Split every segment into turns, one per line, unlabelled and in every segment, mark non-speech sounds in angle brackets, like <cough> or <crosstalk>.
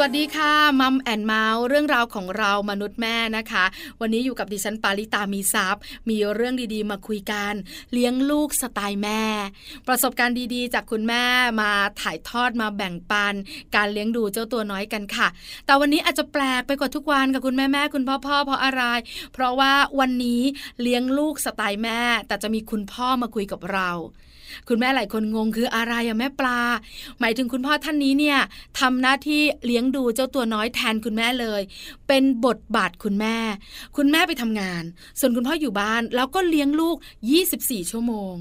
สวัสดีค่ะมัมแอนเมาส์เรื่องราวของเรามนุษย์แม่นะคะ วันนี้อยู่กับดิฉันปาริตามีซัพย์ มีเรื่องดีๆ มาคุยกัน เลี้ยงลูกสไตล์แม่ ประสบการณ์ดีๆ จากคุณแม่มาถ่ายทอดมาแบ่งปัน การเลี้ยงดูเจ้าตัวน้อยกันค่ะ แต่วันนี้อาจจะแปลกไปกว่าทุกวันกับคุณแม่แม่ๆคุณพ่อพ่อๆเพราะอะไร เพราะว่าวันนี้เลี้ยงลูกสไตล์แม่ แต่จะมีคุณพ่อมาคุยกับเรา คุณแม่หลายคนงงคืออะไรอะแม่ปลา หมายถึงคุณพ่อท่านนี้เนี่ยทำหน้าที่เลี้ยงดูเจ้าตัวน้อยแทนคุณแม่เลย เป็นบทบาทคุณแม่ คุณแม่ไปทำงาน ส่วนคุณพ่ออยู่บ้าน แล้วก็เลี้ยงลูก 24 ชั่วโมง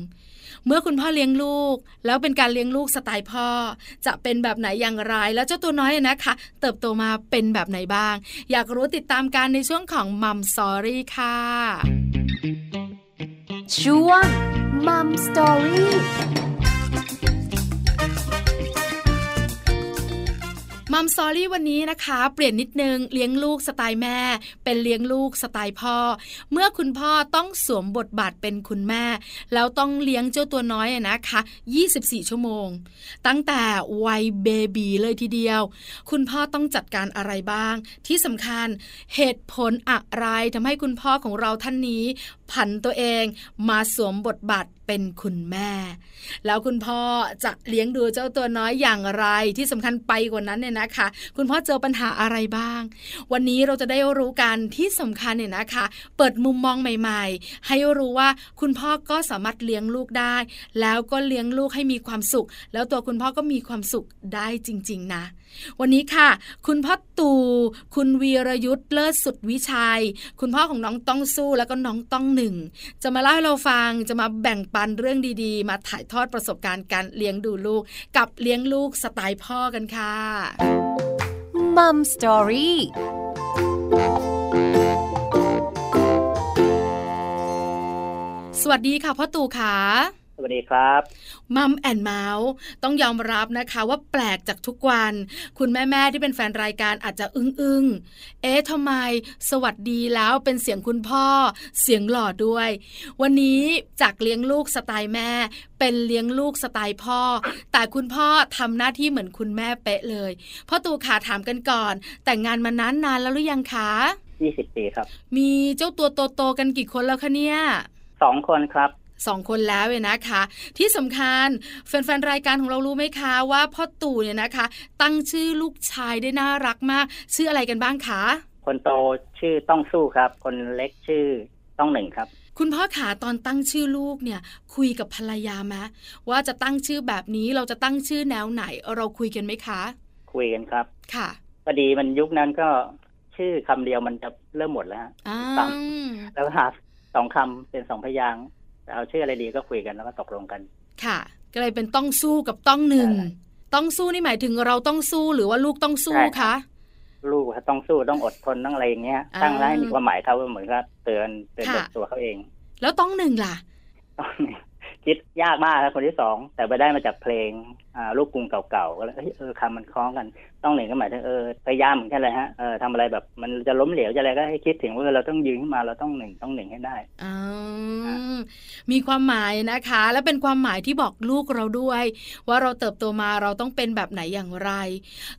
เมื่อคุณพ่อเลี้ยงลูก แล้วเป็นการเลี้ยงลูกสไตล์พ่อ จะเป็นแบบไหนอย่างไร แล้วเจ้าตัวน้อยอะนะคะ เติบโตมาเป็นแบบไหนบ้าง อยากรู้ติดตามกันในช่วงของมัมสอรี่ค่ะ
ช่วงมัมสตอรี่
มัมซอรี่วันนี้นะคะ เปลี่ยนนิดนึงเลี้ยงลูกสไตล์แม่ เป็นเลี้ยงลูกสไตล์พ่อ เมื่อคุณพ่อต้องสวมบทบาทเป็นคุณแม่ แล้วต้องเลี้ยงเจ้าตัวน้อยอะนะคะ 24 ชั่วโมง ตั้งแต่วัยเบบีเลยทีเดียว คุณพ่อต้องจัดการอะไรบ้าง ที่สำคัญเหตุผลอะไรทำให้คุณพ่อของเราท่านนี้ ผันตัวเองมาสวมบทบาทเป็นคุณแม่ แล้วคุณพ่อจะเลี้ยงดูเจ้าตัวน้อยอย่างไรที่สำคัญไปกว่านั้นเนี่ยนะคะ คุณพ่อเจอปัญหาอะไรบ้าง วันนี้เราจะได้รู้กันที่สำคัญเนี่ยนะคะ เปิดมุมมองใหม่ ๆ ให้รู้ว่าคุณพ่อก็สามารถเลี้ยงลูกได้ แล้วก็เลี้ยงลูกให้มีความสุข แล้วตัวคุณพ่อก็มีความสุขได้จริง ๆ นะ วันนี้ค่ะ คุณพ่อตู่ คุณวีรยุทธ์เลิศสุดวิชัย คุณพ่อของน้องต้องสู้แล้วก็น้องต้องหนึ่ง จะมาเล่าให้เราฟัง จะมาแบ่งปันเรื่องดีๆ มาถ่ายทอดประสบการณ์การเลี้ยงดูลูก กับเลี้ยงลูกสไตล์พ่อกันค่ะ
มัมสตอรี่
สวัสดีค่ะพ่อตู่ค่ะ
สวัสดีครับ
มัมแอนเมาส์ต้องยอมรับนะคะว่าแปลกจากทุกวัน คุณแม่ ๆ ที่เป็นแฟนรายการอาจจะอึ้งๆ เอ๊ะทำไม สวัสดีแล้วเป็นเสียงคุณพ่อ เสียงหล่อด้วย วันนี้จากเลี้ยงลูกสไตล์แม่ เป็นเลี้ยงลูกสไตล์พ่อ แต่คุณพ่อทำหน้าที่เหมือนคุณแม่เป๊ะเลยพ่อตู่ขาถามกันก่อน แต่งงานมานานนานๆแล้วหรือยังคะ
20 ปีครับ
มีเจ้าตัวโตๆกันกี่คนแล้วคะเนี่ย
สองคนครับ
สองคนแล้วเนี่ยนะคะ ที่สำคัญแฟนๆรายการของเรารู้ไหมคะว่าพ่อตู่เนี่ยนะคะ ตั้งชื่อลูกชายได้น่ารักมาก ชื่ออะไรกันบ้างคะ
คนโตชื่อต้องสู้ครับ คนเล็กชื่อต้องหนึ่งครับ
คุณพ่อขาตอนตั้งชื่อลูกเนี่ยคุยกับภรรยาไหมว่าจะตั้งชื่อแบบนี้เราจะตั้งชื่อแนวไหนเราคุยกันไหมคะ
คุยกันครับ
ค่ะ
พอดีมันยุคนั้นก็ชื่อคำเดียวมันจะเริ่มหมดแล้วฮะ
อ่า
สามแล้วหาสองคำเป็นสองพยางค์จะเอาชื่ออะไรดีก็คุยกันแล้วก็ตกลงกัน
ค่ะ ก็เลยเป็นต้องสู้กับต้องหนึ่ง
ใช่
ต้องสู้นี่หมายถึงเราต้องสู้หรือว่าลูกต้องสู้คะ
ลูกต้องสู้ต้องอดทนต้องอะไรอย่างเงี้ย
อ่า
ตั้งแล้วให้มีความหมายเขาเหมือนกับเตือนเตือน
ค่ะ
ตัวเขาเอง
แล้วต้องหนึ่งล่ะ
คิดยากมากครับคนที่สอง แต่ไปได้มาจากเพลงอ่าลูกกรุงเก่าๆก็เลยเอ้ยเออคำมันคล้องกัน ต้องหนึ่งก็หมายถึงเออพยายามเหมือนกันเลยฮะเออทำอะไรแบบมันจะล้มเหลวจะอะไรก็ให้คิดถึงว่าเราต้องยืนขึ้นมาเราต้องหนึ่งต้องหนึ่งให้ได้
อืมมีความหมายนะคะ และเป็นความหมายที่บอกลูกเราด้วย ว่าเราเติบโตมาเราต้องเป็นแบบไหนอย่างไร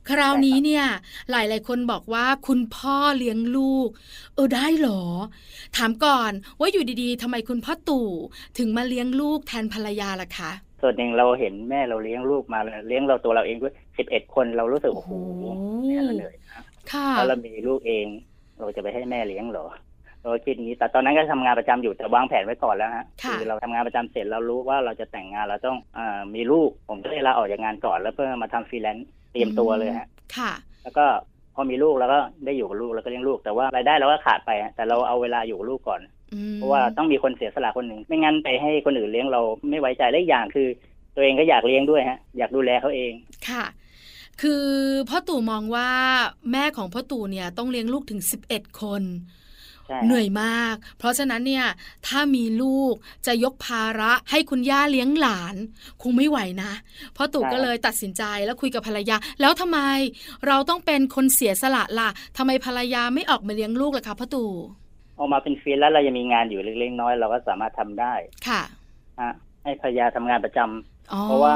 คราวนี้เนี่ย หลายๆคนบอกว่าคุณพ่อเลี้ยงลูก เออได้เหรอ ถามก่อนว่าอยู่ดีๆทำไมคุณพ่อตู่ ถึงมาเลี้ยงลูกแทนภรรยาล่ะคะ
ส่วนหนึ่งเราเห็นแม่เราเลี้ยงลูกมาเลี้ยงเราตัวเราเองด้วยสิบเอ็ดคนเรารู้สึกโอ้โห
โอ้โห
แม่เราเหนื่อยนะ
ค่ะ
เพราะเรามีลูกเอง เราจะไปให้แม่เลี้ยงเหรอเราก็คิดอย่างนี้ แต่ตอนนั้นก็ทำงานประจำอยู่แต่วางแผนไว้ก่อนแล้วฮะ
ค่ะ
เราทำงานประจำเสร็จเรารู้ว่าเราจะแต่งงานเราต้องอามีลูก ผมก็เลยลาออกจากงานก่อน แล้วเพื่อมาทำฟรีแลนซ์เตรียมตัวเลยฮะ
ค่ะ
แล้วก็พอมีลูกแล้วก็ได้อยู่กับลูกแล้วก็เลี้ยงลูกแต่ว่ารายได้เราก็ขาดไปฮะแต่เราเอาเวลาอยู่กับลูกก่อน
อืม
เพราะว่าต้องมีคนเสียสละคนหนึ่งไม่งั้นไปให้คนอื่นเลี้ยงเราไม่ไว้ใจและอีกอย่างคือ ตัวเองก็อยากเลี้ยงด้วยฮะอยากดูแลเขาเอง
ค่ะ คือพ่อตู่มองว่าแม่ของพ่อตู่เนี่ยต้องเลี้ยงลูกถึง 11 คน
ใช่
เหนื่อยมาก เพราะฉะนั้นเนี่ยถ้ามีลูกจะยกภาระให้คุณย่าเลี้ยงหลาน คงไม่ไหวนะเพราะตู่ก็เลยตัดสินใจแล้วคุยกับภรรยา แล้วทำไมเราต้องเป็นคนเสียสละล่ะทำไมภรรยาไม่ออกมาเลี้ยงลูกล่ะคะพ่อตู่
ออกมาเป็นฟรีแลนซ์เรายังมีงานอยู่เล็กๆน้อยๆเราก็สามารถทำได้
ค่ะ
ฮะ ให้ภรรยาทำงานประจำ
อ๋อ
เพราะว่า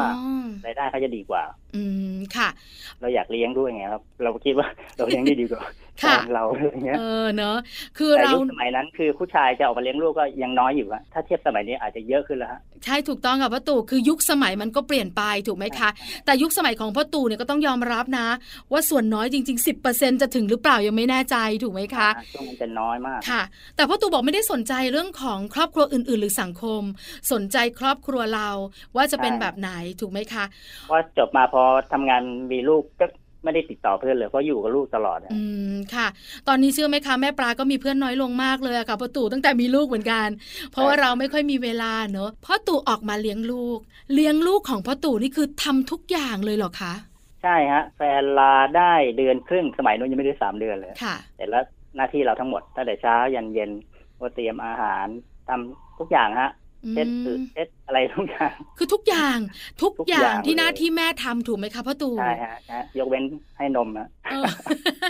รายได้เขาจะดีกว่า
อืมค่ะ
เราอยากเลี้ยงด้วยไงครับ เราคิดว่า <laughs> เราเลี้ยงได้ดีกว่า
ค่ะ
แฟนเราอะไรเงี้ย
เออเนอะคือ
แต่
เรา
ยุคสมัยนั้นคือผู้ชายจะออกมาเลี้ยงลูกก็ยังน้อยอยู่อะถ้าเทียบสมัยนี้อาจจะเยอะขึ้นแล้วฮะ
ใช่ถูกต้องค่ะพ่อตู่คือยุคสมัยมันก็เปลี่ยนไปถูกไหมคะ แต่ยุคสมัยของพ่อตู่เนี่ยก็ต้องยอมรับนะ ว่าส่วนน้อยจริง ๆ 10%จะถึงหรือเปล่ายังไม่แน่ใจถูกไหมคะ
อ่าช่วงมันจะน้อยมาก
ค่ะ แต่พ่อตู่บอกไม่ได้สนใจเรื่องของครอบครัวอื่น ๆ หรือสังคม สนใจครอบครัวเรา ว่าจะเป็น
ใช่
แบบไหนถูกไหมคะ
เพราะจบมาพอทำงานมีลูกก็ไม่ได้ติดต่อเพื่อนเลยเพราะอยู่กับลูกตลอดอะ
อืมค่ะ ตอนนี้เชื่อไหมคะแม่ปลาก็มีเพื่อนน้อยลงมากเลยอะค่ะพ่อตู่ตั้งแต่มีลูกเหมือนกัน เพราะว่าเราไม่ค่อยมีเวลาเนอะพ่อตู่ออกมาเลี้ยงลูก เลี้ยงลูกของพ่อตู่นี่คือทำทุกอย่างเลยเหรอคะ
ใช่ฮะ แฟนลาได้เดือนครึ่งสมัยนู้นยังไม่ได้สามเดือนเลย
ค่ะ
แต่ละหน้าที่เราทั้งหมดตั้งแต่เช้ายันเย็นก็เตรียมอาหารทำทุกอย่างฮะ
อื
เช็ด
ม
อึเช็ดอะไรทุกอย่าง
คือทุกอย่างทุก
ทุกอย่
อา
ย่าง ง
ที่
เลย
หน้าที่แม่ทำถูกไหมคะพ่อตู่
ใช่ฮะฮะยกเว้นให้นมฮะ
เออ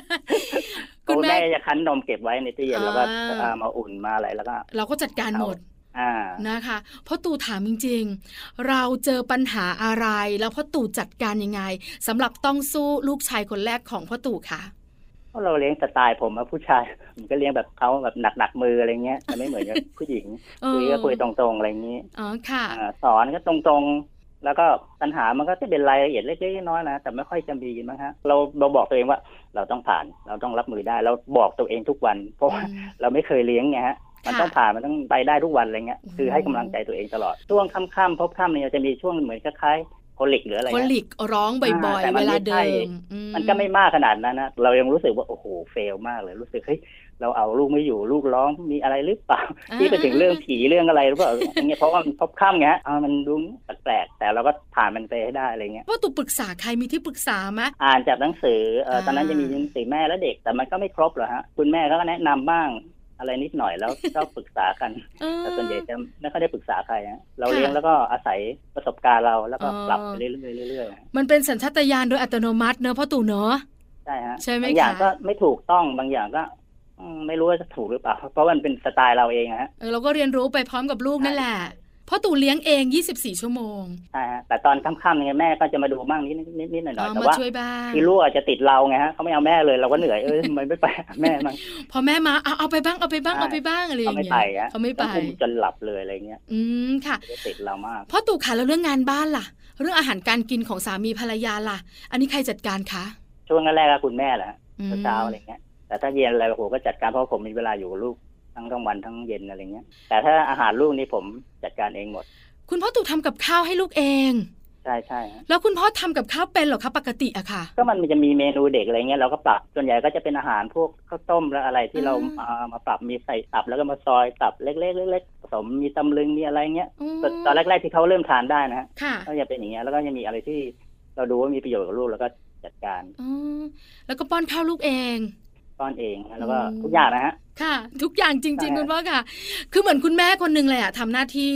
<laughs>
คุ
คุณณ
แม่
แม่จะคั้นนมเก็บไว้ในตู้เย็นแล้วก็
อ่า
เอามาอุ่นมาอะไรแล้วก็
เราก็จัดการหมด
อ่า
นะคะพ่อตู่ถามจริง ๆ เราเจอปัญหาอะไรแล้วพ่อตู่จัดการยังไงสำหรับต้องสู้ลูกชายคนแรกของพ่อตู่ค่ะ
เพราะเราเลี้ยงสไตล์ผมอะผู้ชาย <laughs> ผมก็เลี้ยงแบบเขาแบบหนักหนักๆมืออะไรเงี้ยแต่ไม่เหมือนกับ ผู้หญิง
<laughs> เออ
คุยก็คุยตรงๆอะไรอย่างนี้
อ๋อค่ะ
อ่าสอนก็ตรงๆ แล้วก็ปัญหามันก็จะเป็นรายละเอียดเล็กๆน้อยๆนะแต่ไม่ค่อยจะมีมั้งฮะเราเราบอกตัวเองว่าเราต้องผ่านเราต้องรับมือได้ เราบอกตัวเองทุกวัน เพราะว่า
อืม
เราไม่เคยเลี้ยงไงฮะมัน
ค่ะ
ต้องผ่านมันต้องไปได้ทุกวันอะไรเงี้ย
โอ้โห
คือให้กำลังใจตัวเองตลอดช่วงค่ำๆพบค่ำเนี่ยจะมีช่วงเหมือนคล้ายๆโคลิกหรืออะ
ค
ไร
น
เงี้ย
หลีกร้องบ่อย
อ่าแต่
ๆเวน
มัไม่
ลาเดิ
ใช่
มอื
มันก็ไม่มากขนาดนั้นนะ เรายังรู้สึกว่า โอ้โหเฟลมากเลยรู้สึกเฮ้ยเราเอาลูกไม่อยู่ลูกร้องมีอะไรหรือเปล่า
อ่า
ที่ไปถึงเรื่องผีเรื่องอะไรหรือเปล่าอย่างเงี้ยเพราะว่ามันพบข้ามไงฮะเอามันดูแปลกๆแต่เราก็ผ่านมันไปให้ได้อะไรเงี้ย
พ่อตู่ปรึกษาใครมีที่ปรึกษาไหม
อ่านจากหนังสือเอ่ออา ตอนนั้นจะมีหนังสือแม่และเด็ก แต่มันก็ไม่ครบหรอกฮะคุณแม่ก็แนะนำบ้างอะไรนิดหน่อยแล้ว ก็ปรึกษากัน
เออ
แต่ส่วนใหญ่จะไม่ค่อยได้ปรึกษาใครฮะเรา
ค่ะ
เลี้ยงแล้วก็อาศัยประสบการณ์เราแล้วก็
อ๋อ
ปรับไปเรื่อยๆเรื่อยๆฮะ
มันเป็นสัญชาตญาณโดยอัตโนมัติเนอะพ่อตู่เนอะ
ใช่ฮะ
ใช่ไหม
บางอย่าง
คะ
ก็ไม่ถูกต้องบางอย่างก็อืมไม่รู้ว่าจะถูกหรือเปล่าเพราะมันเป็นสไตล์เราเองอะฮะ
เออเราก็เรียนรู้ไปพร้อมกับลูกนั่นแหละ
ใช่
พ่อตู่เลี้ยงเอง 24 ชั่วโมง
ใช่ฮะแต่ตอนค่ำๆเนี่ยแม่ก็จะมาดูบ้างนิดนิดนิดหน่อยหน่อย
เอา
แต่
มา
ว่า
ช่วยบ้าง
ที่ลูกอาจจะติดเราไงฮะเขาไม่เอาแม่เลยเราก็เหนื่อยเอ้ยทำไมไม่ไปหาแม่มัน
พอแม่มาเอาเอาไปบ้างเอาไปบ้าง
ใช่
เอาไปบ้ <laughs> างอะไรอ
เขา
ย่าง
ไม่
เงี้
ไป
ย
ฮะ
เขาไม่ไป
ต้องอุ้จนหลับเลยอะไรเงี้ย
อืมค่ะ
เขาจะติดเรามาก
พ่อตู่ค่ะแล้วเรื่องงานบ้านล่ะ เรื่องอาหารการกินของสามีภรรยาล่ะ อันนี้ใครจัดการคะ
ช่วงแรกๆก็คุณแม่แหละฮะ
อืม
เช้าๆอะไรเงี้ยแต่ถ้าเย็นอะไรผมก็จัดการเพราะผมมีเวลาอยู่กับลูกทั้งกลางวันทั้งเย็นอะไรเงี้ย แต่ถ้าอาหารลูกนี่ผมจัดการเองหมด
คุณพ่อตู่ทำกับข้าวให้ลูกเอง
ใช่ใช่ฮะ
แล้วคุณพ่อทำกับข้าวเป็นเหรอคะปกติอะค่ะ
ก็มันจะมีเมนูเด็กอะไรเงี้ยเราก็ปรับส่วนใหญ่ก็จะเป็นอาหารพวกข้าวต้มและอะไรที่เรา
อืม
เอามาปรับมีใส่ตับแล้วก็มาซอยตับเล็กๆเล็กๆผสมมีตำลึงมีอะไรเงี้ยตอนแรกๆที่เขาเริ่มทานได้นะฮะ
ค่ะ
ก็จะเป็นอย่างเงี้ยแล้วก็ยังมีอะไรที่เราดูว่ามีประโยชน์กับลูกแล้วก็จัดการ
อ๋อแล้วก็ป้อนข้าวลูกเอง
ป้อนเองนะแล้วก็
อืม
ทุกอย่างนะฮะ
ค่ะ ทุกอย่างจริง
ใช่
ๆ คุณพ่อค่ะ คือเหมือนคุณแม่คนหนึ่งเลยอะทำหน้าที่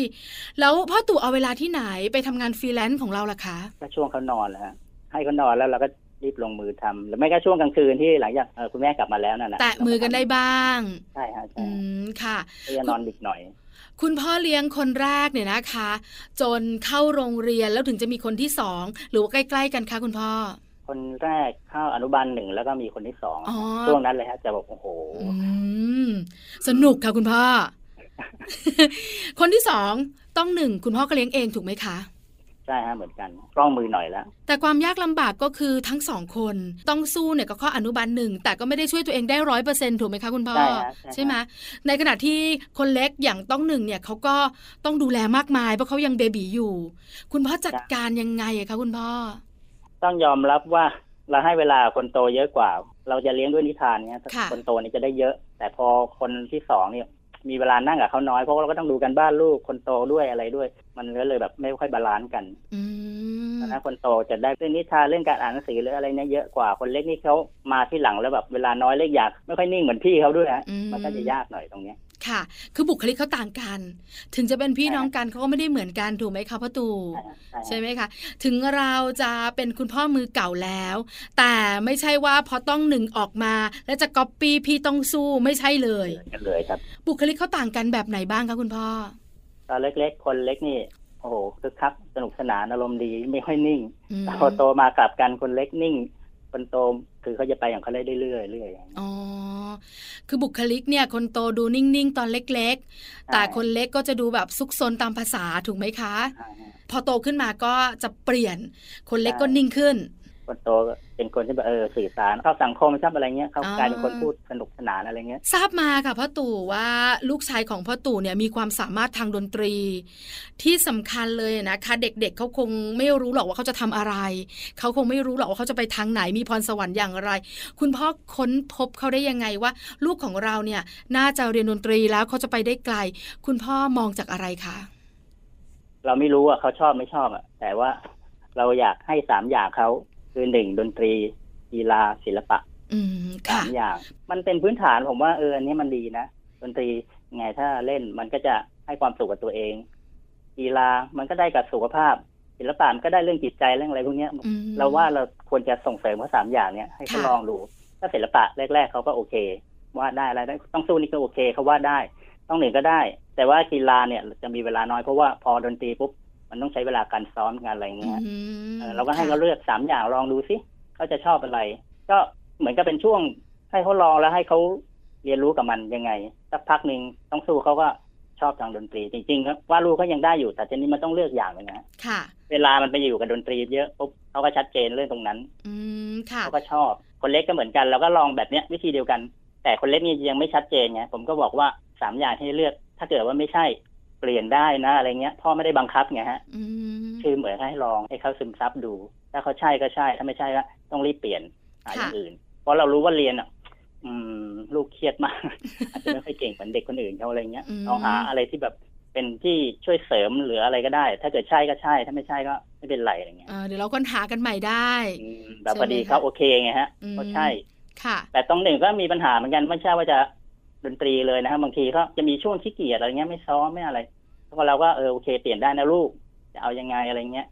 แล้วพ่อตู่เอาเวลาที่ไหนไปทำงานฟรีแลนซ์ของเราล่ะคะ
ก็ช่วงเขานอนแหละฮะให้เขานอนแล้วเราก็รีบลงมือทำหรือไม่ก็ช่วงกลางคืนที่หลังจากเอ่อคุณแม่กลับมาแล้วนั่นนะ
แตะมือกันได้บ้าง
ใช่ฮะใช่
อืมค่ะ
ก็จะนอนดึกหน่อย
คุณพ่อเลี้ยงคนแรกเนี่ยนะคะ จนเข้าโรงเรียนแล้วถึงจะมีคนที่สองหรือว่าใกล้ ๆ กันคะคุณพ่อ
คนแรกเข้าอนุบาลหนึ่งแล้วก็มีคนที่สอง
อ๋อ
ช่วงนั้นเลยฮะจะบอกโอ้โห
อืมสนุกค่ะคุณ <laughs> พ่อ คนที่สองต้องหนึ่งคุณพ่อก็เลี้ยงเองถูกไหมคะ
ใช่ฮะเหมือนกันกล้องมือหน่อยแล้ว
แต่ความยากลำบากก็คือทั้งสองคน ต้องสู้เนี่ยก็ข้ออนุบาลหนึ่งแต่ก็ไม่ได้ช่วยตัวเองได้ร้อยเปอร์เซ็นถูกไหมคะคุณพ่อ
ใช่ครับใช่ครับ
ไหมในขณะที่คนเล็กอย่างต้องหนึ่งเนี่ยเขาก็ต้องดูแลมากมายเพราะเขายังเบบีอยู่ คุณพ่อจัดการยังไงอะคะคุณพ่อ
ต้องยอมรับว่าเราให้เวลาคนโตเยอะกว่า เราจะเลี้ยงด้วยนิทานเนี้ย
ค่ะ
คนโตนี่จะได้เยอะ แต่พอคนที่สองเนี่ยมีเวลานั่งกับเขาน้อยเพราะว่าเราก็ต้องดูกันบ้านลูกคนโตด้วยอะไรด้วย มันก็เลยแบบไม่ค่อยบาลานซ์กัน
อืม
นะคนโตจะได้เรื่องนิทานเรื่องการอ่านหนังสือหรืออะไรเนี่ยเยอะกว่าคนเล็กนี่เขามาที่หลังแล้วแบบเวลาน้อยเล็กอยากไม่ค่อยนิ่งเหมือนพี่เขาด้วยฮะ
อื
มันก็จะยากหน่อยตรงเนี้ย
ค่ะ คือบุคลิกเขาต่างกัน ถึงจะเป็นพี่
ใช่
น้องกันเขาก็ไม่ได้เหมือนกันถูกไหมคะพ่อตู่ ใช่
ฮะ
ไหมคะ ถึงเราจะเป็นคุณพ่อมือเก่าแล้ว แต่ไม่ใช่ว่าพอต้องหนึ่งออกมา แล้วจะก๊อปปี้พี่ต้องสู้ไม่ใช่เลย
เหมือนกันเลยครับ
บุคลิกเขาต่างกันแบบไหนบ้างคะคุณพ่อ
ตอนเล็กๆ คนเล็กนี่ โอ้โหคึกคักสนุกสนานอารมณ์ดีไม่ค่อยนิ่ง
อืม
แต่พอโตมากลับกันคนเล็กนิ่ง คนโตคือเขาจะไปของเขาได้เรื่อยๆเรื่อยๆ
อ๋อคือบุคลิกเนี่ย คนโตดูนิ่งๆ ตอนเล็กๆ แต่คนเล็กก็จะดูแบบซุกซนตามภาษาถูกไหมคะ
ใช่ฮะ
พอโตขึ้นมาก็จะเปลี่ยน คนเล็กก็นิ่งขึ้น
คนโตก็เป็นคนที่แบบเออสื่อสารเข้าสังคมชอบอะไรเงี้ยเขา
อ่า
กลายเป็นคนพูดสนุกสนานอะไรเงี้ย
ทราบมาค่ะพ่อตู่ว่าลูกชายของพ่อตู่เนี่ยมีความสามารถทางดนตรี ที่สำคัญเลยนะคะ เด็กๆเขาคงไม่รู้หรอกว่าเขาจะทำอะไร เขาคงไม่รู้หรอกว่าเขาจะไปทางไหนมีพรสวรรค์อย่างไร คุณพ่อค้นพบเขาได้ยังไงว่า ลูกของเราเนี่ยน่าจะเรียนดนตรีแล้วเขาจะไปได้ไกล คุณพ่อมองจากอะไรคะ
เราไม่รู้ว่าเขาชอบไม่ชอบอ่ะแต่ว่าเราอยากให้สามอย่างเขาคือหนึ่งดนตรีกีฬาศิลปะ
อืม
สา
ค่ะ
มอย่าง มันเป็นพื้นฐานผมว่าเอออันนี้มันดีนะดนตรียังไงถ้าเล่นมันก็จะให้ความสุขกับตัวเอง กีฬามันก็ได้กับสุขภาพ ศิลปะมันก็ได้เรื่องจิตใจเรื่องอะไรพวกเนี้ย
อืม
เราว่าเราควรจะส่งเสริมเขาสามอย่างเนี้ยให้เขา
ค่ะ
ลองดู ถ้าศิลปะแรก ๆเขาก็โอเควาดได้อะไรได้ต้องสู้นี่ก็โอเคเขาวาดได้ ต้องเหนึ่งก็ได้ แต่ว่ากีฬาเนี่ยจะมีเวลาน้อยเพราะว่าพอดนตรีปุ๊บมันต้องใช้เวลาการซ้อมการอะไรเงี้ย
อืม
เออเราก็ให้
ค่ะ
เขาเลือกสามอย่างลองดูสิเขาจะชอบอะไร ก็เหมือนกับเป็นช่วงให้เขาลองแล้วให้เขาเรียนรู้กับมันยังไงสักพักหนึ่งต้องสู้เขาก็ชอบทางดนตรี จริงๆแล้วว่าดรูปเขายังได้อยู่แต่ทีนี้มันต้องเลือกอย่างหนึงนะ
ค่ะ
เวลามันไปอยู่กับดนตรีเยอะปุ๊บเขาก็ชัดเจนเรื่องตรงนั้น
อืมค่ะ
เขาก็ชอบ คนเล็กก็เหมือนกันเราก็ลองแบบเนี้ยวิธีเดียวกัน แต่คนเล็กนี่ยังไม่ชัดเจนไงผมก็บอกว่าสามอย่างให้เลือก ถ้าเกิดว่าไม่ใช่เปลี่ยนได้นะอะไรเงี้ยพ่อไม่ได้บังคับไงฮะ
อืม
คือเหมือนให้ลองให้เขาซึมซับดู ถ้าเขาใช่ก็ใช่ ถ้าไม่ใช่ก็ต้องรีบเปลี่ยนหาอย่าง
ค่ะ
อื่น เพราะเรารู้ว่าเรียนอ่ะ อืม ลูกเครียดมาก <laughs> อาจจะไม่ค่อยเก่งเหมือนเด็กคนอื่นเขาอะไรเงี้ยลองหาอะไรที่แบบเป็นที่ช่วยเสริมหรืออะไรก็ได้ ถ้าเกิดใช่ก็ใช่ ถ้าไม่ใช่ก็ไม่เป็นไรอะไรเงี้ย
เอ่อเดี๋ยวเราค้นหากันใหม่ได้
อืมแบบพอดีเขาโอเคไงฮะเขาใช่
ค่ะ
แต่ตรงหนึ่งก็มีปัญหาเหมือนกันไม่ใช่ว่าจะดนตรีเลยนะครับบางทีก็จะมีช่วงขี้เกียจอะไรเงี้ยไม่ซ้อมไม่อะไรพอเราก็เออโอเคเปลี่ยนได้นะลูก จะเอายังไงอะไรเงี้ย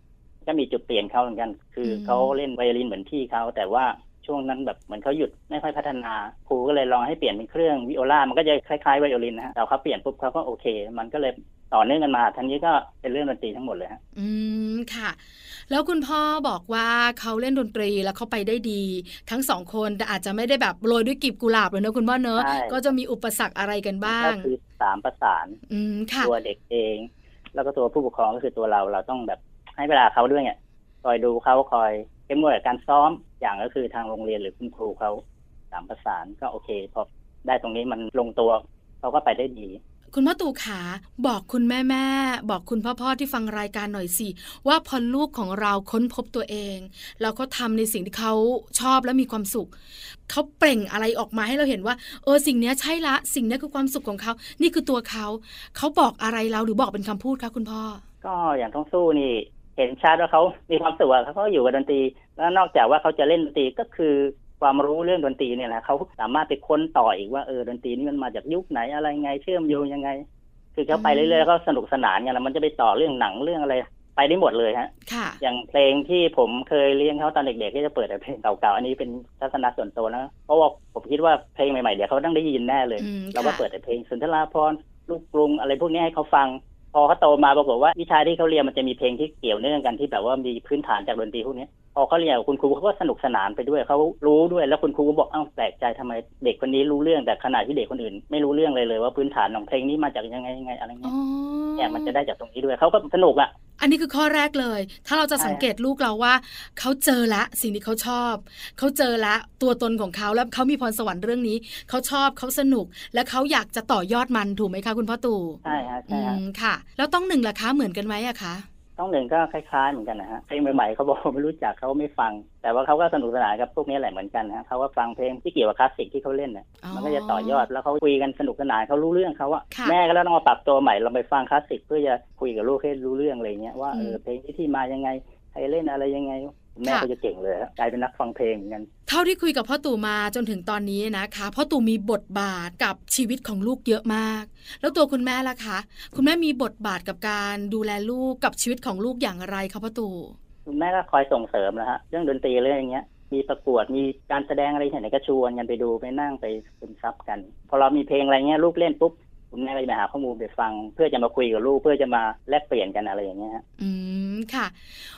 ก็มีจุดเปลี่ยนเขาเหมือนกัน คือ
ม
เขาเล่นไวโอลินเหมือนพี่เขาแต่ว่าช่วงนั้นแบบเหมือนเขาหยุดไม่ค่อยพัฒนาครูก็เลยลองให้เปลี่ยนเป็นเครื่องวิโอลามันก็จะคล้ายๆไวโอลินนะฮะแต่เขาเปลี่ยนปุ๊บเขาก็โอเค มันก็เลยต่อเนื่องกันมาทั้งนี้ก็เป็นเรื่องดนตรีทั้งหมดเลยฮะ
อืมค่ะ แล้วคุณพ่อบอกว่าเขาเล่นดนตรีแล้วเขาไปได้ดี ทั้งสองคนแต่อาจจะไม่ได้แบบโรยด้วยกลีบกุหลาบเลยเนอะคุณพ่อเนอะ
ใช่
ก็จะมีอุปสรรคอะไรกันบ้าง
ก็คือสามประสาน
อืมค่ะ
ตัวเด็กเอง แล้วก็ตัวผู้ปกครองก็คือตัวเราเราต้องแบบให้เวลาเขาด้วยเนี่ยคอยดูเขาคอยเข้มงวดกับการซ้อมอย่างก็คือทางโรงเรียนหรือคุณครูเขาสามประสานก็โอเคพอได้ตรงนี้มันลงตัวเขาก็ไปได้ดี
คุณพ่อตู่ขาบอกคุณแม่แม่ๆบอกคุณพ่อพ่อๆที่ฟังรายการหน่อยสิ ว่าพอลูกของเราค้นพบตัวเอง แล้วเขาทำในสิ่งที่เขาชอบและมีความสุข เขาเปล่งอะไรออกมาให้เราเห็นว่า เออสิ่งเนี้ยใช่ละสิ่งเนี้ยคือความสุขของเขา นี่คือตัวเขา เขาบอกอะไรเราหรือบอกเป็นคำพูดคะคุณพ่อ
ก็อย่างต้องสู้นี่ เห็นชัดว่าเขามีความสุขอะเขาก็อยู่กับดนตรี แล้วนอกจากว่าเขาจะเล่นดนตรีก็คือความรู้เรื่องดนตรีเนี่ยแหละเขาสามารถไปค้นต่ออีกว่าเออดนตรีนี่มันมาจากยุคไหนอะไรไงเชื่อมโยงยังไง คือเขาไปเรื่อยๆแล้วก็สนุกสนานกันแล้วมันจะไปต่อเรื่องหนังเรื่องอะไร ไปได้หมดเลยฮะ
ค่ะ
อย่างเพลงที่ผมเคยเลี้ยงเขาตอนเด็กๆก็จะเปิดแต่เพลงเก่าๆ อันนี้เป็นทัศนะส่วนตัวนะ เพราะว่าผมคิดว่าเพลงใหม่ๆ เดี๋ยวเขาต้องได้ยินแน่เลย
อืม
เราก็
ค่ะ
เปิดแต่เพลงสุนทราภรณ์ลูกกรุงอะไรพวกนี้ให้เขาฟัง พอเขาโตมาปรากฏว่าวิชาที่เขาเรียนมันจะมีเพลงที่เกี่ยวเนื่องกันที่แบบว่ามีพื้นฐานจากดนตรีพวกนี้พอเขาเรียนกับคุณครูเขาก็สนุกสนานไปด้วยเขารู้ด้วยแล้วคุณครูก็บอกเอ้าแปลกใจทำไมเด็กคนนี้รู้เรื่องแต่ขณะที่เด็กคนอื่น ไม่รู้เรื่องเลยเลยว่าพื้นฐานของเพลงนี้มาจากยังไงยังไงอะไร
อ๋
เงี้
อย
เนี่ยมันจะได้จากตรงนี้ด้วยเขาก็สนุกอะ
อันนี้คือข้อแรกเลย ถ้าเราจะ
ใช่
สังเกตลูกเราว่า เขาเจอละสิ่งที่เขาชอบ เขาเจอละตัวตนของเขาแล้วเขามีพรสวรรค์เรื่องนี้ เขาชอบเขาสนุก และเขาอยากจะต่อยอดมันถูกไหมคะคุณพ่อตู่
ใช่ฮะ
อื
ใช่ฮะ
มค่ะ แล้วต้องหนึ่งล่ะคะเหมือนกันไหมอะคะ
ต้องหนึ่งก็คล้ายๆเหมือนกันนะฮะเพลงใหม่ๆเขาบอกว่าไม่รู้จักเขาไม่ฟัง แต่ว่าเขาก็สนุกสนานกับพวกนี้แหละเหมือนกันนะฮะเขาก็ฟังเพลงที่เกี่ยวกับคลาสสิกที่เขาเล่นน่ะ
อ๋อ
มันก็จะต่อยอดแล้วเขาคุยกันสนุกสนานเขารู้เรื่องเขาอะ
ค่ะ
แม่ก็แล้วต้องมาปรับตัวใหม่เราไปฟังคลาสสิกเพื่อจะคุยกับลูกให้รู้เรื่องอะไรเงี้ยว่า
อื
เอ
ม
อเพลงที่ที่มายังไงใครเล่นอะไรยังไง แม่
ค่ะ
ก็จะเก่งเลยฮะกลายเป็นนักฟังเพลงเหมือนกัน
เท่าที่คุยกับพ่อตู่มาจนถึงตอนนี้นะคะพ่อตู่มีบทบาทกับชีวิตของลูกเยอะมาก แล้วตัวคุณแม่ล่ะคะ คุณแม่มีบทบาทกับการดูแลลูกกับชีวิตของลูกอย่างไรคะพ่อตู่
คุณแม่ก็คอยส่งเสริมนะฮะเรื่องดนตรีเรื่องอย่างเงี้ย มีประกวดมีการแสดงอะไรที่ไหนก็ชวนกันไปดูไปนั่งไปซึมซับกัน พอเรามีเพลงอะไรเงี้ยลูกเล่นปุ๊บ คุณแม่ก็จะไปหาข้อมูลไปฟัง เพื่อจะมาคุยกับลูกเพื่อจะมาแลกเปลี่ยนกันอะไรอย่างเงี้ยฮะ
อืมค่ะ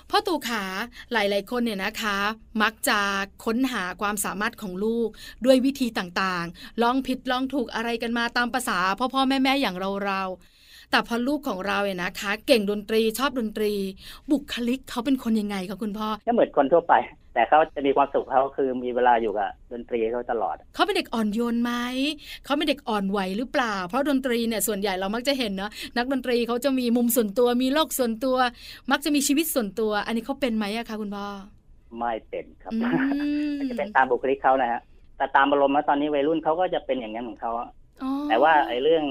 พ่อตู่ขาหลาย ๆ คนเนี่ยนะคะ มักจะค้นหาความสามารถของลูกด้วยวิธีต่างๆ ลองผิดลองถูกอะไรกันมาตามภาษาพ่อพ่อแม่แม่ๆอย่างเราเราๆแต่พอลูกของเราเนี่ยนะคะ เก่งดนตรีชอบดนตรี บุคลิกเขาเป็นคนยังไงคะคุณพ่อ
ก็เหมือนคนทั่วไป แต่เขาจะมีความสุขเขาคือมีเวลาอยู่กับดนตรีเขาตลอด
เขาเป็นเด็กอ่อนโยนไหมเขาเป็นเด็กอ่อนไหวหรือเปล่า เพราะดนตรีเนี่ยส่วนใหญ่เรามักจะเห็นเนาะนักดนตรีเขาจะมีมุมส่วนตัวมีโลกส่วนตัว มักจะมีชีวิตส่วนตัว อันนี้เขาเป็นไหมอะคะคุณพ่อ
ไม่เป็นครับ
อืม
มันจะเป็นตามบุคลิกเขานะฮะแต่ตามอารมณ์นะตอนนี้วัยรุ่นเขาก็จะเป็นอย่างนั้นของเขาอะ
อ๋อ
แต่ว่าไอ้เรื่อง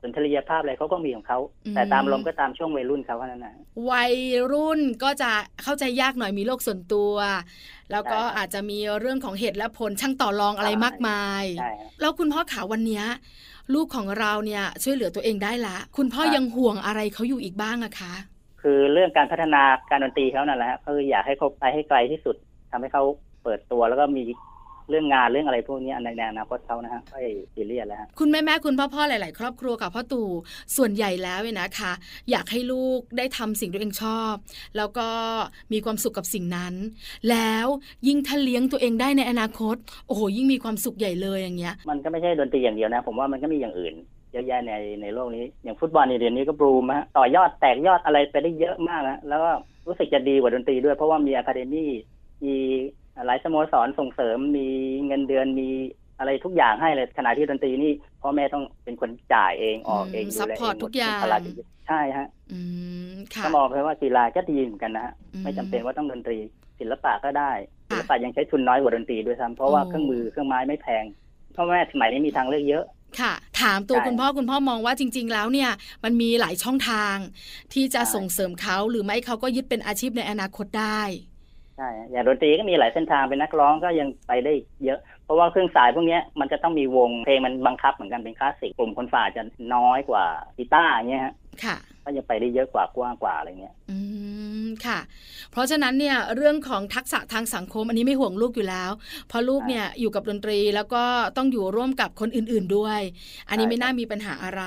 สุนทรียภาพอะไรเขาก็มีของเขา
อืม
แต่ตามอารมณ์ก็ตามช่วงวัยรุ่นเขาเท่านั้นนะ
วัยรุ่นก็จะเข้าใจยากหน่อยมีโลกส่วนตัว แล้วก็
ใช่ครับ
อาจจะมีเรื่องของเหตุและผลช่างต่อรองอะไร
ใช่
มากมาย
ใช่ฮะ
แล้วคุณพ่อขาวันเนี้ยลูกของเราเนี่ยช่วยเหลือตัวเองได้ละ คุณพ่อ
ครับ
ยังห่วงอะไรเขาอยู่อีกบ้างอะคะ
คือเรื่องการพัฒนาการดนตรีเขานั่นแหละฮะก็คืออยากให้เขาไปให้ไกลที่สุดทำให้เขาเปิดตัวแล้วก็มีเรื่องงานเรื่องอะไรพวกนี้ในในอนาคตเขานะฮะไม่ซีเรียสแล้วฮะ
คุณแม่แม่ๆคุณพ่อพ่อหลาย ๆ ครอบครัวกับพ่อตู่ส่วนใหญ่แล้วเนี่ยนะคะ อยากให้ลูกได้ทำสิ่งที่ตัวเองชอบ แล้วก็มีความสุขกับสิ่งนั้น แล้วยิ่งถ้าเลี้ยงตัวเองได้ในอนาคต โอ้โหยิ่งมีความสุขใหญ่เลยอย่างเงี้ย
มันก็ไม่ใช่ดนตรีอย่างเดียวนะ ผมว่ามันก็มีอย่างอื่นเยอะแยะในในโลกนี้ อย่างฟุตบอลในเดือนนี้ก็บลูมฮะต่อยอดแตกยอดอะไรไปได้เยอะมากนะแล้วก็รู้สึกจะดีกว่าดนตรีด้วย เพราะว่ามีอะคาเดมี่มีหลายสโมสรส่งเสริมมีเงินเดือนมีอะไรทุกอย่างให้เลยขณะที่ดนตรีนี่พ่อแม่ต้องเป็นคนจ่ายเองออกเอง
อืม
ดูแลเองหม
support
ด
ทุกอย่าง
ภระใช่ฮะ
อืมค่ะ
ก็มองไปว่ากีฬาก็ดีเหมือนกันนะฮะ
อื
ไม่จำเป็นว่าต้องดนตรี ศิลปะก็ได้
ค่ะ
ศิลปะยังใช้ทุนน้อยกว่าดนตรีด้วยซ้ำเพราะว่า
โอ้
เครื่องมือเครื่องไม้ไม่แพงพ่อแม่สมัยนี้มีทางเลือกเยอะ
ค่ะ ถามตัว
ใช่
คุณพ่อคุณพ่อมองว่าจริง ๆ แล้วเนี่ย มันมีหลายช่องทาง ที่จะ
ใช่
ส่งเสริมเขาหรือไม่เขาก็ยึดเป็นอาชีพในอนาคตได้
ใช่อย่างดนตรีก็มีหลายเส้นทางเป็นนักร้องก็ยังไปได้เยอะ เพราะว่าเครื่องสายพวกเนี้ยมันจะต้องมีวงเพลงมันบังคับเหมือนกันเป็นคลาสสิกกลุ่มคนฝ่าจะน้อยกว่ากีตาร์อย่างเงี้ยฮะ
ค่ะ
ก็ยังไปได้เยอะกว่ากว้างกว่าอะไรเงี้ย
อืมค่ะ เพราะฉะนั้นเนี่ยเรื่องของทักษะทางสังคมอันนี้ไม่ห่วงลูกอยู่แล้ว เพราะลูก
ใช่
เนี่ยอยู่กับดนตรีแล้วก็ต้องอยู่ร่วมกับคนอื่นๆด้วย อันนี้
ใช่
ไม่น่ามีปัญหาอะไร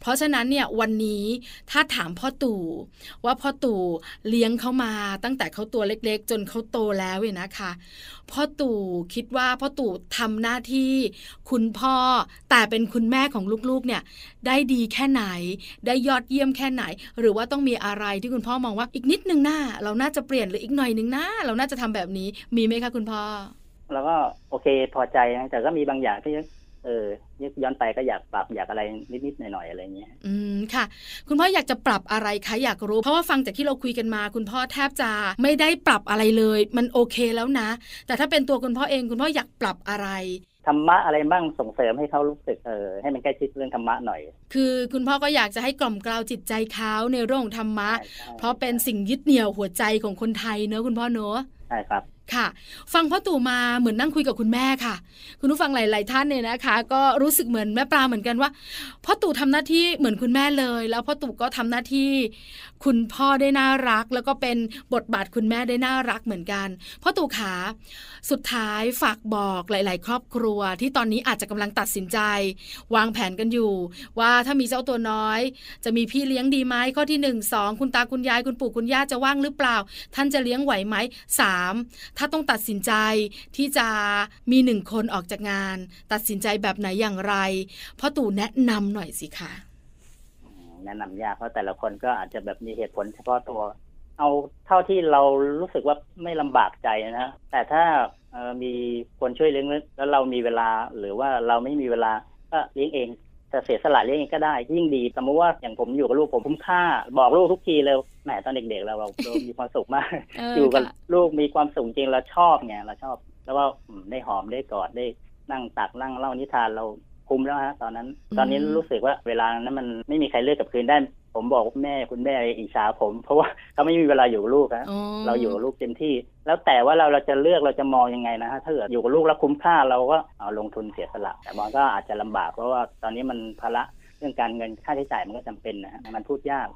เพราะฉะนั้นเนี่ยวันนี้ถ้าถามพ่อตู่ว่าพ่อตู่เลี้ยงเขามาตั้งแต่เขาตัวเล็กๆ จนเขาโตแล้วเนี่ยนะคะพ่อตู่คิดว่าพ่อตู่ทำหน้าที่คุณพ่อแต่เป็นคุณแม่ของลูกๆเนี่ย ได้ดีแค่ไหน ได้ยอดเยี่ยมแค่ไหน หรือว่าต้องมีอะไรที่คุณพ่อมองว่าอีกนิดนึงหน้า เราน่าจะเปลี่ยนหรืออีกหน่อยนึงหน้า เราน่าจะทำแบบนี้มีไหมคะคุณพ่อ
แล้วก็โอเคพอใจนะแต่ก็มีบางอย่างที่เออนึกย้อนไปก็อยากปรับอยากอะไรนิดๆหน่อยๆอะไรเงี้ย
อืมค่ะ คุณพ่ออยากจะปรับอะไรคะอยากรู้ เพราะว่าฟังจากที่เราคุยกันมา คุณพ่อแทบจะไม่ได้ปรับอะไรเลย มันโอเคแล้วนะ แต่ถ้าเป็นตัวคุณพ่อเองคุณพ่ออยากปรับอะไร
ธรรมะอะไรบ้างส่งเสริมให้เขารู้สึกเออให้มันใกล้ชิดเรื่องธรรมะหน่อย
คือคุณพ่อก็อยากจะให้กล่อมกล่าวจิตใจเขาในเรื่องของธรรมะ
ใช่
เพราะเป็นสิ่งยึดเหนี่ยวหัวใจของคนไทยเนอะคุณพ่อเนอะ
ใช่ครับ
ค่ะ ฟังพ่อตู่มาเหมือนนั่งคุยกับคุณแม่ค่ะ คุณผู้ฟังหลาย ๆ ท่านเนี่ยนะคะ ก็รู้สึกเหมือนแม่ปลาเหมือนกันว่าพ่อตู่ทำหน้าที่เหมือนคุณแม่เลย แล้วพ่อตู่ก็ทำหน้าที่ คุณพ่อได้น่ารัก แล้วก็เป็นบทบาทคุณแม่ได้น่ารักเหมือนกันพ่อตู่ขาสุดท้ายฝากบอกหลาย ๆ ครอบครัว ที่ตอนนี้อาจจะกำลังตัดสินใจ วางแผนกันอยู่ ว่าถ้ามีเจ้าตัวน้อย จะมีพี่เลี้ยงดีไหมข้อที่หนึ่งสองคุณตาคุณยายคุณปู่คุณย่าจะว่างหรือเปล่า ท่านจะเลี้ยงไหวไหมสามถ้าต้องตัดสินใจที่จะมีหนึ่งคนออกจากงาน ตัดสินใจแบบไหนอย่างไรพ่อตู่แนะนำหน่อยสิคะ
แนะนำยากเพราะแต่ละคนก็อาจจะแบบมีเหตุผลเฉพาะตัว เอาเท่าที่เรารู้สึกว่าไม่ลำบากใจนะฮะแต่ถ้าเอ่อมีคนช่วยเลี้ยงแล้วเรามีเวลาหรือว่าเราไม่มีเวลาก็เลี้ยงเองจะเสียสละเลี้ยงเองก็ได้ ยิ่งดีสมมติว่าอย่างผมอยู่กับลูกผมคุ้มค่า บอกลูกทุกทีเลยแหมตอนเด็กๆเราเราเรามีความสุขมาก
เ
อยู่กับ
ค่ะ
ลูกมีความสุขจริงเราชอบไงเราชอบ แล้วว่าอืมได้หอมได้กอดได้นั่งตักนั่งเล่านิทานเราคุ้มแล้วฮะตอนนั้น ตอนนี้รู้สึกว่าเวลานั้นมันไม่มีใครเลือกกลับคืนได้ ผมบอกแม่คุณแม่อิจฉาผม เพราะว่า <laughs> เขาไม่มีเวลาอยู่กับลูกนะ
อ๋อ
เราอยู่กับลูกเต็มที่ แล้วแต่ว่าเราเราจะเลือกเราจะมองยังไงนะฮะถ้าเกิดอยู่กับลูกแล้วคุ้มค่าเราก็เอาลงทุนเสียสละแต่บางก็อาจจะลำบากเพราะว่าตอนนี้มันภาระเรื่องการเงินค่าใช้จ่ายมันก็จำเป็นนะฮะมันพูดยาก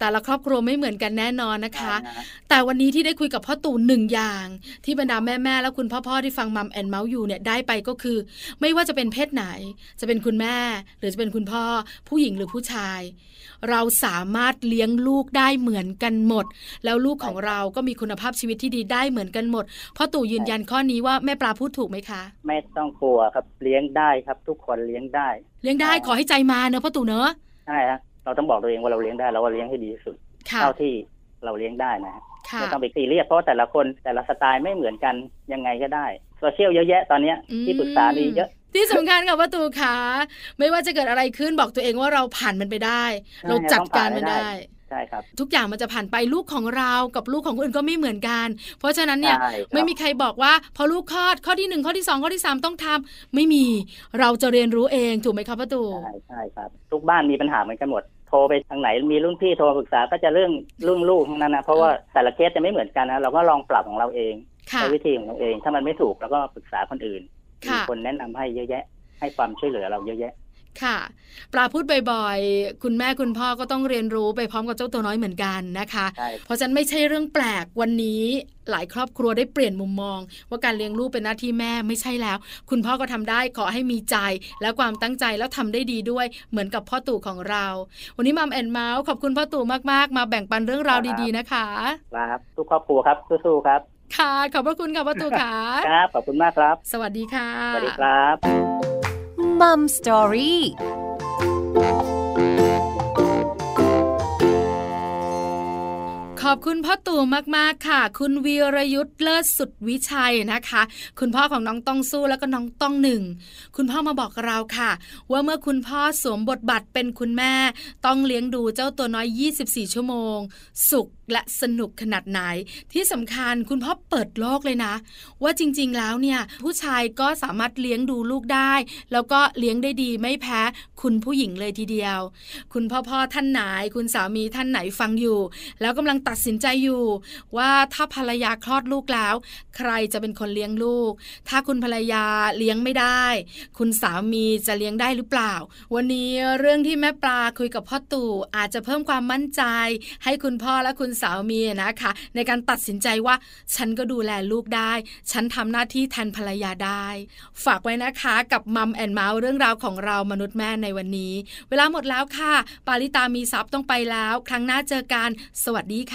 แต่ละครอบครัวไม่เหมือนกันแน่นอนนะคะ
ใช่ฮ
แต่วันนี้ที่ได้คุยกับพ่อตู่หนึ่งอย่าง ที่บรรดาแม่ ๆ และคุณพ่อ ๆ ที่ฟังมัมแอนเมาส์อยู่เนี่ยได้ไปก็คือ ไม่ว่าจะเป็นเพศไหน จะเป็นคุณแม่ หรือจะเป็นคุณพ่อ ผู้หญิงหรือผู้ชาย เราสามารถเลี้ยงลูกได้เหมือนกันหมด แล้วลูกของเราก็มีคุณภาพชีวิตที่ดีได้เหมือนกันหมดพ่อตู่ยืนยันข้อนี้ว่าแม่ปลาพูดถูกไหมคะ
ไม่ต้องกลัวครับเลี้ยงได้ครับ ทุกคนเลี้ยงได้
เลี้ยงได้ขอให้ใจมาเนอะพ่อตู่เนอะ
ใช่ฮะเราต้องบอกตัวเองว่าเราเลี้ยงได้เราก็เลี้ยงให้ดีที่สุด
ค่ะ
เท่าที่เราเลี้ยงได้นะฮะ
ค่ะ
ไม่ต้องไปตีเรียกเพราะว่าแต่ละคนแต่ละสไตล์ไม่เหมือนกันยังไงก็ได้โซเชียลเยอะแยะตอนเนี้ยที่ปรึกษามีเยอะ
ที่สำคัญค่ะประตูขาไม่ว่าจะเกิดอะไรขึ้นบอกตัวเองว่าเราผ่านมันไปได้
ใช่
เราจัดการมัน
ต้องผ่านให้
ได้
ได้ ใช่ครับ
ทุกอย่างมันจะผ่านไปลูกของเรากับลูกของคนอื่นก็ไม่เหมือนกัน เพราะฉะนั้นเนี่ย
ใช่ครับ
ไม่มีใครบอกว่า พอลูกคลอดข้อทีหนึ่งข้อที่สองข้อที่สามต้องทำไม่มีเราจะเรียนรู้เองถูกไหมคะประตู
ใช่ใช่ครับ ทุกบ้านมีปัญหาเหมือนกันหมดโทรไปทางไหนมีรุ่นพี่โทรมาปรึกษาก็จะเรื่องเรื่องลูกทั้งนั้นนะเพราะว่าแต่ละเคสจะไม่เหมือนกันนะเราก็ลองปรับของเราเอง
ค่ะ
ใช้วิธีของเราเอง ถ้ามันไม่ถูกเราก็ปรึกษาคนอื่น
ค่ะ
มีคนแนะนำให้เยอะแยะ ให้ความช่วยเหลือเราเยอะแยะ
ค่ะปลาพูดบ่อยๆ คุณแม่คุณพ่อก็ต้องเรียนรู้ไปพร้อมกับเจ้าตัวน้อยเหมือนกันนะคะ
ใช่
เพราะฉะนั้นไม่ใช่เรื่องแปลกวันนี้หลายครอบครัวได้เปลี่ยนมุมมอง ว่าการเลี้ยงลูกเป็นหน้าที่แม่ไม่ใช่แล้ว คุณพ่อก็ทำได้ขอให้มีใจ และความตั้งใจแล้วทำได้ดีด้วย เหมือนกับพ่อตู่ของเรา วันนี้มัมแอนเมาส์ขอบคุณพ่อตู่มากๆ มาแบ่งปันเรื่องราวดีๆนะคะ
ครับทุกครอบครัวครับสู้ๆครับ
ค่ะ ขอบพระคุณค่ะพ่อตู่ค่ะ
ครับขอบคุณมากครับ
สวัสดีค่ะ
สวัสดีครับ
มัมสตอรี่
ขอบคุณพ่อตู่มาก ๆ ค่ะ คุณวีรยุทธ์เลิศสุดวิชัยนะคะ คุณพ่อของน้องต้องสู้แล้วก็น้องต้องหนึ่ง คุณพ่อมาบอกเราค่ะ ว่าเมื่อคุณพ่อสวมบทบาทเป็นคุณแม่ ต้องเลี้ยงดูเจ้าตัวน้อย 24 ชั่วโมง สุขและสนุกขนาดไหน ที่สำคัญคุณพ่อเปิดโลกเลยนะ ว่าจริง ๆ แล้วเนี่ย ผู้ชายก็สามารถเลี้ยงดูลูกได้ แล้วก็เลี้ยงได้ดีไม่แพ้คุณผู้หญิงเลยทีเดียว คุณพ่อพ่อท่านไหน คุณสามีท่านไหนฟังอยู่ แล้วกำลังตัดสินใจอยู่ ว่าถ้าภรรยาคลอดลูกแล้ว ใครจะเป็นคนเลี้ยงลูก ถ้าคุณภรรยาเลี้ยงไม่ได้ คุณสามีจะเลี้ยงได้หรือเปล่า วันนี้เรื่องที่แม่ปลาคุยกับพ่อตู่อาจจะเพิ่มความมั่นใจ ให้คุณพ่อและคุณสามีนะคะ ในการตัดสินใจว่า ฉันก็ดูแลลูกได้ ฉันทำหน้าที่แทนภรรยาได้ ฝากไว้นะคะกับมัมแอนเมาส์เรื่องราวของเรามนุษย์แม่ในวันนี้ เวลาหมดแล้วค่ะ ปาริตามีซัพย์ต้องไปแล้ว ครั้งหน้าเจอกัน สวัสดีค